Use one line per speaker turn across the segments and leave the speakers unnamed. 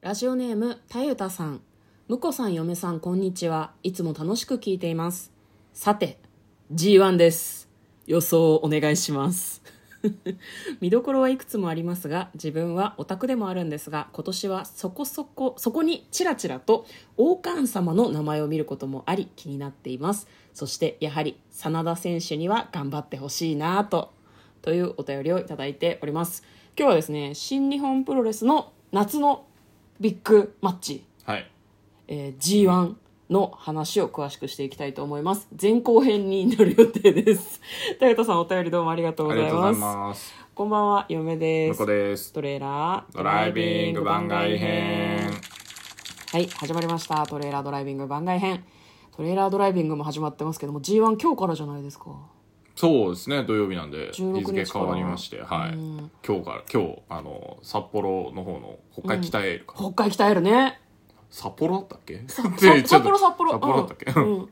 ラジオネーム、たゆたさん。むこさん、嫁さん、こんにちは。いつも楽しく聞いています。さて、G1 です。予想をお願いします。見どころはいくつもありますが自分はオタクでもあるんですが今年はそこそこそこにちらちらと王冠様の名前を見ることもあり気になっていますそしてやはり真田選手には頑張ってほしいなぁとというお便りをいただいております今日はですね新日本プロレスの夏のビッグマッチ
はい。
えー G1 の話を詳しくしていきたいと思います前後編になる予定です田田さんお便りどうもありがとう
あ
ご
り
ざ
が
い
とうござ
ま
い
す
ます。
こんばんは嫁で
む
す
こです。
トレーラー
ドライビング番外編。
はい始まりましたトレーラードライビング番外編トレーラードライビングも始まってますけども G1 今日からじゃないですか
そうですね、土曜日なんで、
16
日付
日から
変わりまして、はい。今日から、今日、あの、札幌の方の、北海北エールか。
北海鍛えるね
札幌だったっけ札
札幌札幌
札幌だったっけ、
うんうん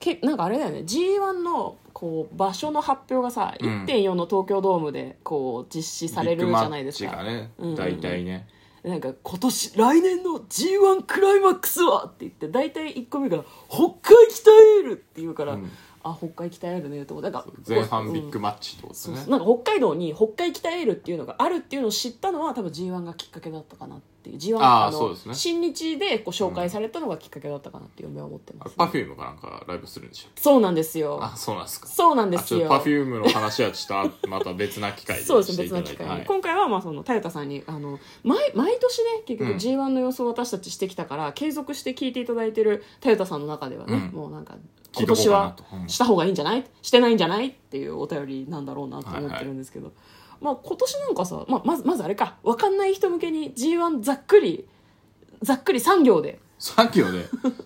けなんかあれだよね G1 のこう場所の発表がさ、
うん
1.4の東京ドームでこう実施されるじゃないです
ビッグ
か
マッチ
うんうんうん
がね、大体ね。
なんか今年来年の G1 クライマックスはって言って大体1個目が「北海鍛える」って言うから、
うん
あ北海鍛えるねって思うなんか
前半ビッグ
うん
マッチってことです
そう
ね
そう。なんか北海道に北海鍛えるっていうのがあるっていうのを知ったのは多分 G1 がきっかけだったかなっていう G1
あー
の
そうですね
新日でこう紹介されたのがきっかけだったかなって嫁は思ってます、
パフュームかなんかライブするんでしょ。
そうなんですよ
あ、そうなんですか。
そうなんで
あ
す
ちょっ
よ
とパフュームの話はちょっと、また別な機会で
そうです
し
ね
てい
別
ただ
ない
て。
機会に、
はい
今回はまあその田タさんにあの毎毎年ね結
う
局
ん
g 1の予想を私たちしてきたから、継続して聞いていただいてる田タさんの中ではね、
うん
もうなんか
聞い
今
とこう
年
かな
は
とうん
した方がいいんじゃないしてないんじゃないっていうお便りなんだろうなと思ってるんですけど、まあ、今年なんかさ、まあ、まずまずあれか分かんない人向けに g 1ざっくりざっくり3行で
3キロ で、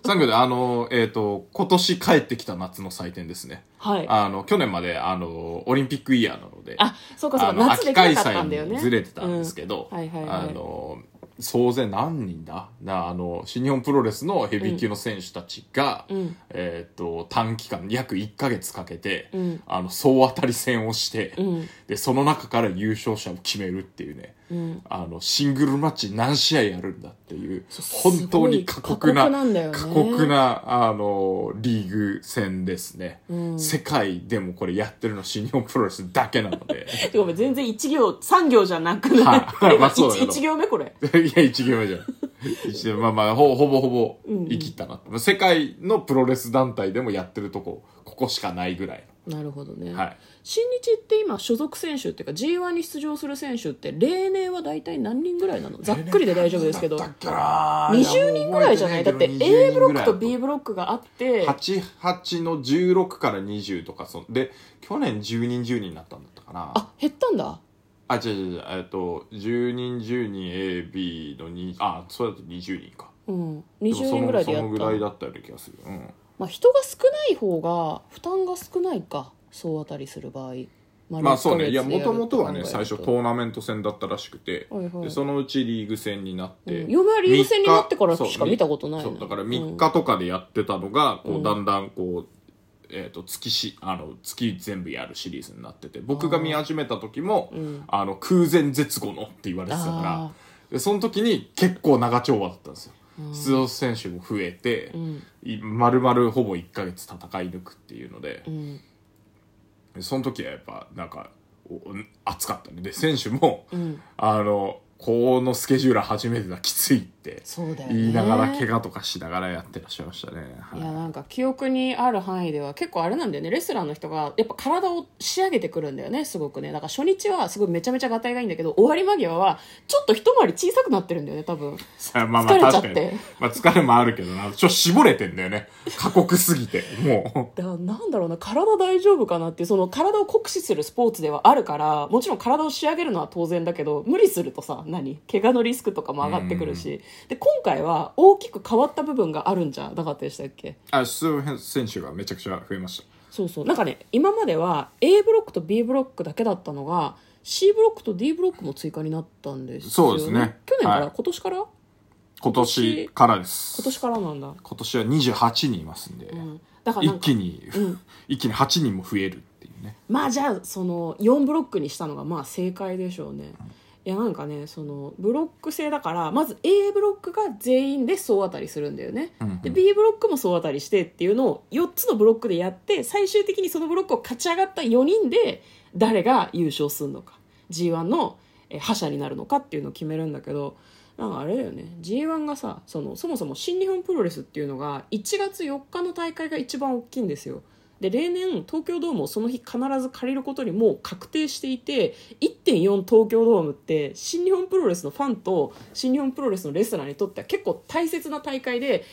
3キロで、あの、えっ、と、今年帰ってきた夏の祭典ですね。
はいあ
あの、去年まで、あの、オリンピックイヤーなので、
そうかそうか
の、
夏で
秋
きな
開
かったんだよ
催
ね
にずれてたんですけど、
うんはいはいはい
あの、総勢何人だな、あの、新日本プロレスのヘビー級の選手たちが、
うんうん
えっ、と、短期間、約1ヶ月かけて、
うん
あの、総当たり戦をして、
うん
で、その中から優勝者を決めるっていうね、
うん
あの、シングルマッチ何試合やるんだっていう、
そう
本当に過酷な、
すごい過酷なんだよね
過酷な、あの、リーグ戦ですね。
うん
世界でもこれやってるの新日本プロレスだけなので。
てごめん全然1行3行じゃなくない、
はいま あそうだけど
1, 行目これ
いや、1行目じゃん。一行目まあまあ、ほほぼほぼ言い切ったな、まあ世界のプロレス団体でもやってるとこ、ここしかないぐらい。
なるほどね、
はい。
新日って今所属選手っていうか G1 に出場する選手って例年は大体何人ぐらいなのざっくりで大丈夫ですけど
だったっけな
20人ぐらいじゃないだって A ブロックと B
ブ
ブロックがあって
88の16から20とかそんで去年10人10人になったんだったかな
あ減ったんだ
あ、違う違う違う、えっと、10人、10人、A、B の2、あ、そうだと20人か。
うん
で
20
もその
人ぐらいでや
そ
っ
のぐ
た
らいだったような気がする。うん。
まあ、人が少ない方が負担が少ないか総当たりする場合
まあそうね、いや、も
も
ともとはね、
と
最初トーナメント戦だったらしくて、
はいはい
でそのうちリーグ戦になって、
うん嫁はリーグ戦になってから
三日
しか見たことないね
そう、だから
うん
3日とかでやってたのが、こ
うん
う、だんだんこう、えっと月しあの月全部やるシリーズになってて僕が見始めた時も
うん
あの空前絶後のって言われてたから
あ
でその時に結構長丁場だったんですよ
うん
出場選手も増えて
う、ん
い丸々ほぼ1ヶ月戦い抜くっていうので
う、ん
でその時はやっぱなんかお熱かったねで選手も、
うん
あのこのスケジュール初めてだきついって
そうだよね
言いながら怪我とかしながらやってらっしゃいましたね、はいい
やなんか記憶にある範囲では結構あれなんだよねレスラーの人がやっぱ体を仕上げてくるんだよねすごくねだから初日はすごいめちゃめちゃがたいがいいんだけど終わり間際はちょっと一回り小さくなってるんだよね多分
さあまあま
疲
あ
れちゃっ
確か
て
に、まあ、疲れもあるけどなちょっと絞れてんだよね過酷すぎても
だからなんだろうな体大丈夫かなっていうその体を酷使するスポーツではあるからもちろん体を仕上げるのは当然だけど無理するとさ何怪我のリスクとかも上がってくるしで今回は大きく変わった部分があるんじゃなかったでしたっけ
うあ出場選手がめちゃくちゃ増えました
そうそうなんかね今までは A ブロックと B ブロックだけだったのが C ブロックと D ブロックも追加になったんですよ、
そうですね
去年から、
はい
今年から今
今年からです
年からなんだ、
今年は28人いますんで、
うん、だからな
一
んか
気に、
ん
一気に8人も増えるっていうね
まあじゃあその4ブロックにしたのがまあ正解でしょうねいやなんかねそのブロック制だからまず A ブロックが全員で総当たりするんだよね、
うんうん
で B ブロックも総当たりしてっていうのを4つのブロックでやって最終的にそのブロックを勝ち上がった4人で誰が優勝するのか g 1のえー覇者になるのかっていうのを決めるんだけどなんかあれだよね g 1がさそのそもそも新日本プロレスっていうのが1月4日の大会が一番大きいんですよで例年東京ドームをその日必ず借りることにもう確定していて1.4東京ドームって新日本プロレスのファンと新日本プロレスのレスラーにとっては結構大切な大会で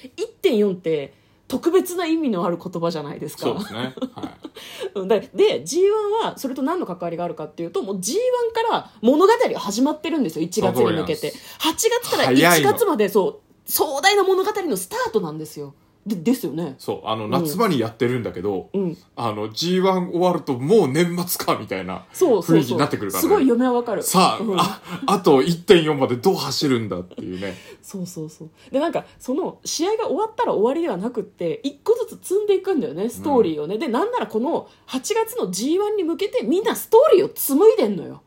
1.4って特別な意味のある言葉じゃないですか
そうですね。は
うんだで G1 はそれと何の関わりがあるかっていうともう G1 から物語が始まってるんですよ1月に向けて8
そ
月から
早い
1
の
月までそう壮大な物語のスタートなんですよでですよね
い。そう、あの、夏場にやってるんだけど、
うん
あの、G1 終わるともう年末か、みたいな
そうそ
雰
う
囲気
そう
になってくるから
す
ね。
ごい嫁はわかる
さあ
うん、
あ、あと1.4までどう走るんだっていうね。
そうそうそうでなんかその試合が終わったら終わりではなくって一個ずつ積んでいくんだよねストーリーをね、でなんならこの8月の g 1に向けてみんなストーリーを紡いでんのよ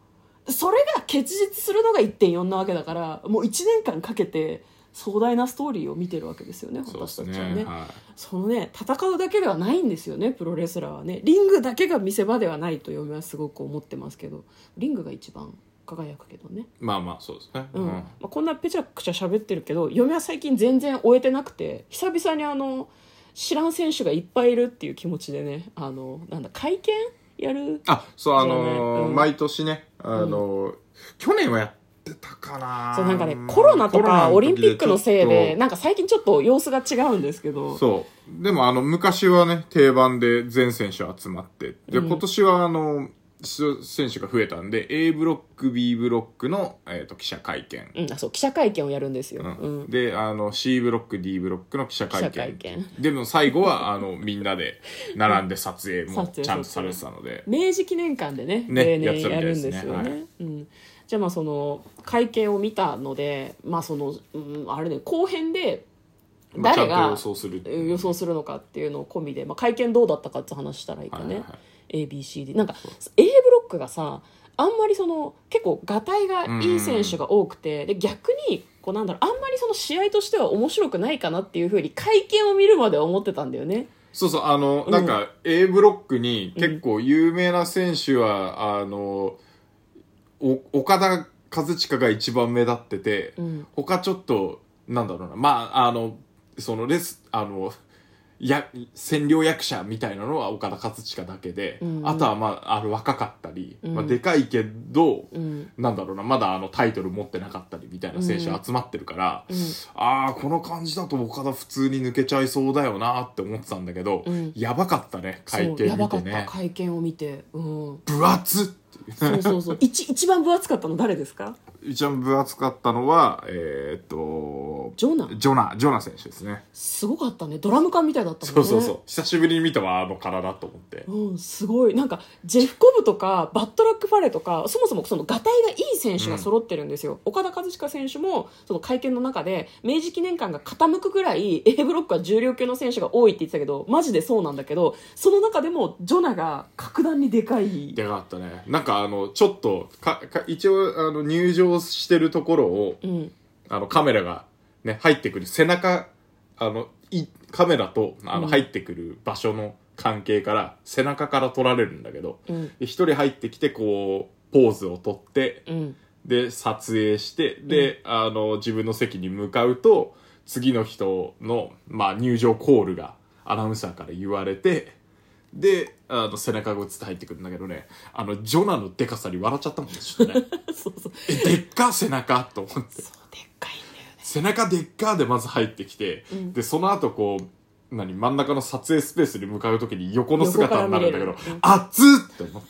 それが結実するのが1.4なわけだからもう1年間かけて壮大なストーリーを見てるわけですよね
そうで
私
す
たちは
ね。
ね
は
そのね戦うだけではないんですよねプロレスラーはねリングだけが見せ場ではないと嫁はすごく思ってますけどリングが一番輝くけどね
い。まあまあ、そうですね。
うんまあ、こんなぺちゃくちゃ喋ってるけど嫁は最近全然終えてなくて久々にあの知らん選手がいっぱいいるっていう気持ちでねあのなんだ会見やる
あ、そう、あ
じゃあね
の
う
ー、
ん
毎年ね、あのー、去年はやってたかな
そうなんかねコロナと
コ
か
の時で
オリンピックのせい
ちょ
で
っと
なんか最近ちょっと様子が違うんですけど
そう。でもあの、昔はね、定番で全選手集まって、で、今年はあの、出場選手が増えたんで、A ブロック、B ブロックの、えっ、と、記者会
う
見。
ん、あそう記者会見をやるんですよ、
う
うんん
で、あの、C ブロック、D ブロックの記者会見。
記者会見
でも最後は、あの、みんなで並んで撮影も
撮影
ちゃんとされてたので。
明治記念館でね
ね
例
やって
年
たみ
や
たいで
るん
すね
ですよね
はい
うん、じゃあまあその会見を見たのでまあその、うん、あれね後編で
まあ
誰
ち
が
ゃんと予想する。
予想するのかっていうのを込みで、まあ、会見どうだったかって話したらいいか
はい
ね、
はいは
ABCD なんか A ブロックがさあんまりその結構がたいがいい選手が多くて、で逆にこうなんだろうあんまりその試合としては面白くないかなっていうふうに会見を見るまでは思ってたんだよね
そうそう、あの、なんか、A ブロックに結構有名な選手は、あの、お岡田和親が一番目立ってて、
うん
他ちょっと、なんだろうな、まあ、あの、そのレス、あの、や、占領役者みたいなのは岡田和親だけで、
うん
あとはまあ、あの、若かったり、
うん
まあ、でかいけど、
うん
なんだろうな、まだあのタイトル持ってなかったりみたいな選手集まってるから、
うん
ああ、この感じだと岡田普通に抜けちゃいそうだよなって思ってたんだけど、
うん
やばかったね、会
そう
見
や
見
ばか
て
った
ね。
会見を見て、うん、
分厚っ
そうそうそう一一番分厚かったの誰ですか
一番分厚かったのは、えーっと、
ジョナ
ジョナ、ジョナ選手ですね。
すごかったねドラム缶みたいだったもん
そ
ね
うそうそう。久しぶりに見たわ、あの体と思って。
うん、すごいなんかジェフコブとかバットラック・ファレとかそもそもそのがたいがいい選手が揃ってるんですよ、岡田和親選手もその会見の中で明治記念館が傾くぐらい A ブロックは重量級の選手が多いって言ってたけどマジでそうなんだけどその中でもジョナが格段にでかい
でかかったね。なんかあの、ちょっと、か、か一応、あの、入場してるところを、
うん
あの、カメラが、ね、入ってくる、背中、あの、い、カメラと、あ
う
の、
ん
入ってくる場所の関係から、背中から撮られるんだけど、
うん
で一人入ってきて、こう、ポーズを撮って、
うん
で、撮影して、で、あの、自分の席に向かうと、次の人の、まあ、入場コールが、アナウンサーから言われて、で、あの、背中が映って入ってくるんだけどね、あの、ジョナのでかさに笑っちゃったもんね、ちょ っとね。
そうそう
え、でっか背中と思って。
そうでっかいんだよね
背中でっかーでまず入ってきて、
うん
でその後こう何真ん中の撮影スペースに向かう時に横の姿になるんだけど
横から見れるうん
熱っって思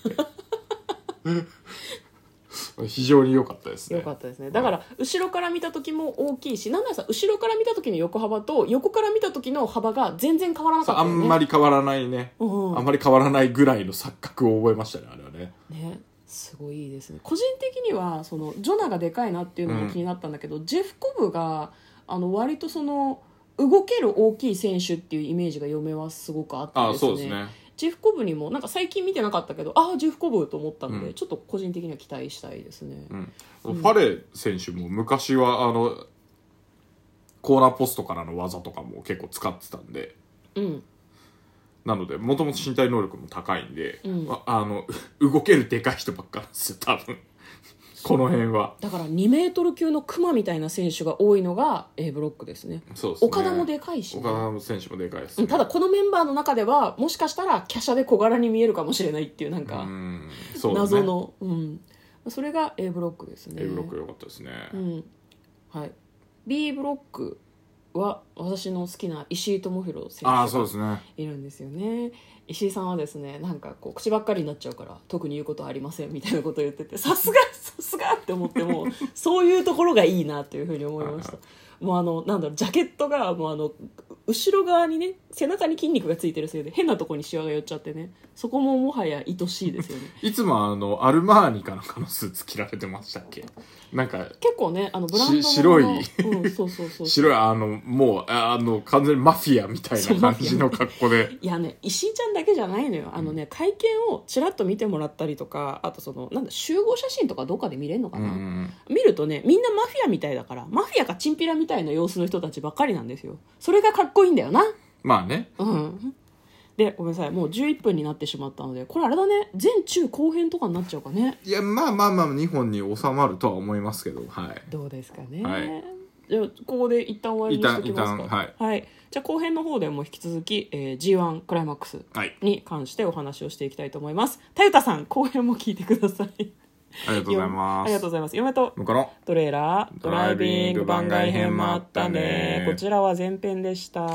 って 非常に良かったですね
よかったですねだから後ろから見た時も大きいしなんならさ後ろから見た時の横幅と横から見た時の幅が全然変わらなか
そう
った
あ
よね
んまり変わらないね、
うん
あんまり変わらないぐらいの錯覚を覚えましたねあれはね
ねすごいですね個人的にはそのジョナがでかいなっていうのも気になったんだけど、ジェフコブがあの割とその動ける大きい選手っていうイメージが嫁はすごくあって
あ
です
あ
ね
そうですね
ジェフコブにもなんか最近見てなかったけどああジェフコブと思ったので、
うん
ちょっと個人的には期待したいですね、
うんファレ選手も昔はあのコーナーポストからの技とかも結構使ってたんで
うん
なのでもともと身体能力も高いんで、
うん
ああの 動けるでかい人ばっかなんですよ多分 この辺は
だから2メートル級のクマみたいな選手が多いのが A ブロックですね
そうですね
岡田もでかいしね、
岡田選手もでかいです、
うんただこのメンバーの中ではもしかしたら華奢で小柄に見えるかもしれないっていうなん
う
か
んそうだね
謎のう、ん、それが A ブロックですね
A ブロック良かったですね、
うんはい、B ブロックは私の好きな石井智弘選手
ああそう
が
ですね
いるんですよね石井さんはですねなんかこう口ばっかりになっちゃうから特に言うことはありませんみたいなことを言っててさすがさすがって思ってもそういうところがいいなというふうに思いましたもうあのなんだろうジャケットがもうあの後ろ側にね背中に筋肉がついてるせいで変なとこにシワが寄っちゃってねそこももはや愛しいですよね
いつもあのアルマーニかなんかのスーツ着られてましたっけなんか
結構ねあのブランド
し
物
白い
のうん、そうそうそう
白いあのもうああの完全にマフィアみたい
そう
な感じの格好で
いやね石井ちゃんだけじゃないのよあのね、会見をちらっと見てもらったりとかあとそのなんだ集合写真とかどっかで見れるのか
うん
な、
うん
見るとねみんなマフィアみたいだからマフィアかチンピラみたいな様子の人たちばっかりなんですよそれがかっこいいんだよな
まあね
うんでごめんなさいもう11分になってしまったのでこれあれだね前中後編とかになっちゃうかね
いやまあまあまあ2本に収まるとは思いますけどはい
どうですかね、
はい
じゃあここで一旦終わりにしておきますか
一旦一旦はい
じゃあ後編の方でも引き続き、えー、G1 クライマックス
はい
に関してお話をしていきたいと思います。たゆたさん、後編も聞いてください。
ありがとうございます
ありがとうございます。嫁と
向こうの
トレーラー、ド
ド
ラ
ラ
イ
イ
ビ
ビ
ン
ン
グ
グ
番
番
外
外
編
編
も
も
あ
あ
っ
ったた
ね
ね。
こちらは前編でした。